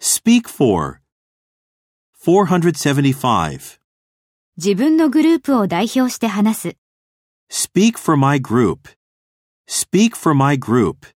Speak for. 475. 自分のグループを代表して話す。 Speak for my group. Speak for my group.